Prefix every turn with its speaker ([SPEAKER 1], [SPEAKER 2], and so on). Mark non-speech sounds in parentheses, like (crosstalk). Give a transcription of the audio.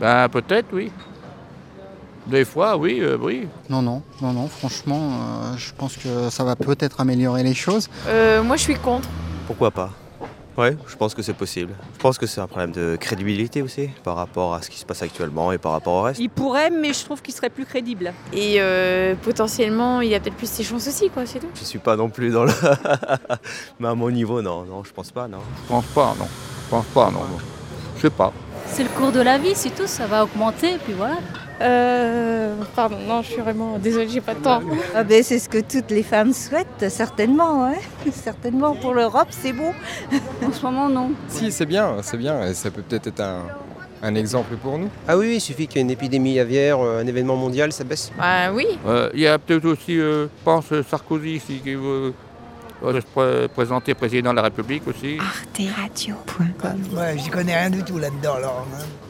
[SPEAKER 1] Ben, peut-être, oui. Des fois, oui, euh, oui.
[SPEAKER 2] Non, non, non, non, franchement, euh, je pense que ça va peut-être améliorer les choses.
[SPEAKER 3] Euh, moi, je suis contre.
[SPEAKER 4] Pourquoi pas Ouais, je pense que c'est possible. Je pense que c'est un problème de crédibilité aussi par rapport à ce qui se passe actuellement et par rapport au reste.
[SPEAKER 5] Il pourrait, mais je trouve qu'il serait plus crédible.
[SPEAKER 3] Et euh, potentiellement, il y a peut-être plus ses chances aussi, quoi, c'est tout.
[SPEAKER 4] Je suis pas non plus dans le. (laughs) mais à mon niveau, non, non, je pense pas, non.
[SPEAKER 1] Je pense pas, non. Je pense pas, non. Je sais pas.
[SPEAKER 6] C'est le cours de la vie, c'est tout, ça va augmenter, puis voilà.
[SPEAKER 3] Euh, pardon, non, je suis vraiment désolée, j'ai pas de temps.
[SPEAKER 7] Ah ben, c'est ce que toutes les femmes souhaitent, certainement. hein. (laughs) Certainement, pour l'Europe, c'est bon.
[SPEAKER 5] En ce moment, non.
[SPEAKER 8] Si, c'est bien, c'est bien, et ça peut peut-être être un, un exemple pour nous.
[SPEAKER 9] Ah oui, oui, il suffit qu'il y ait une épidémie aviaire, euh, un événement mondial, ça baisse.
[SPEAKER 3] Bah oui.
[SPEAKER 1] Euh, Il y a peut-être aussi, euh, je pense, euh, Sarkozy ici, qui veut veut se pré- présenter président de la République aussi.
[SPEAKER 10] Arte Radio.
[SPEAKER 11] Ouais, j'y connais rien du tout là-dedans, alors. hein.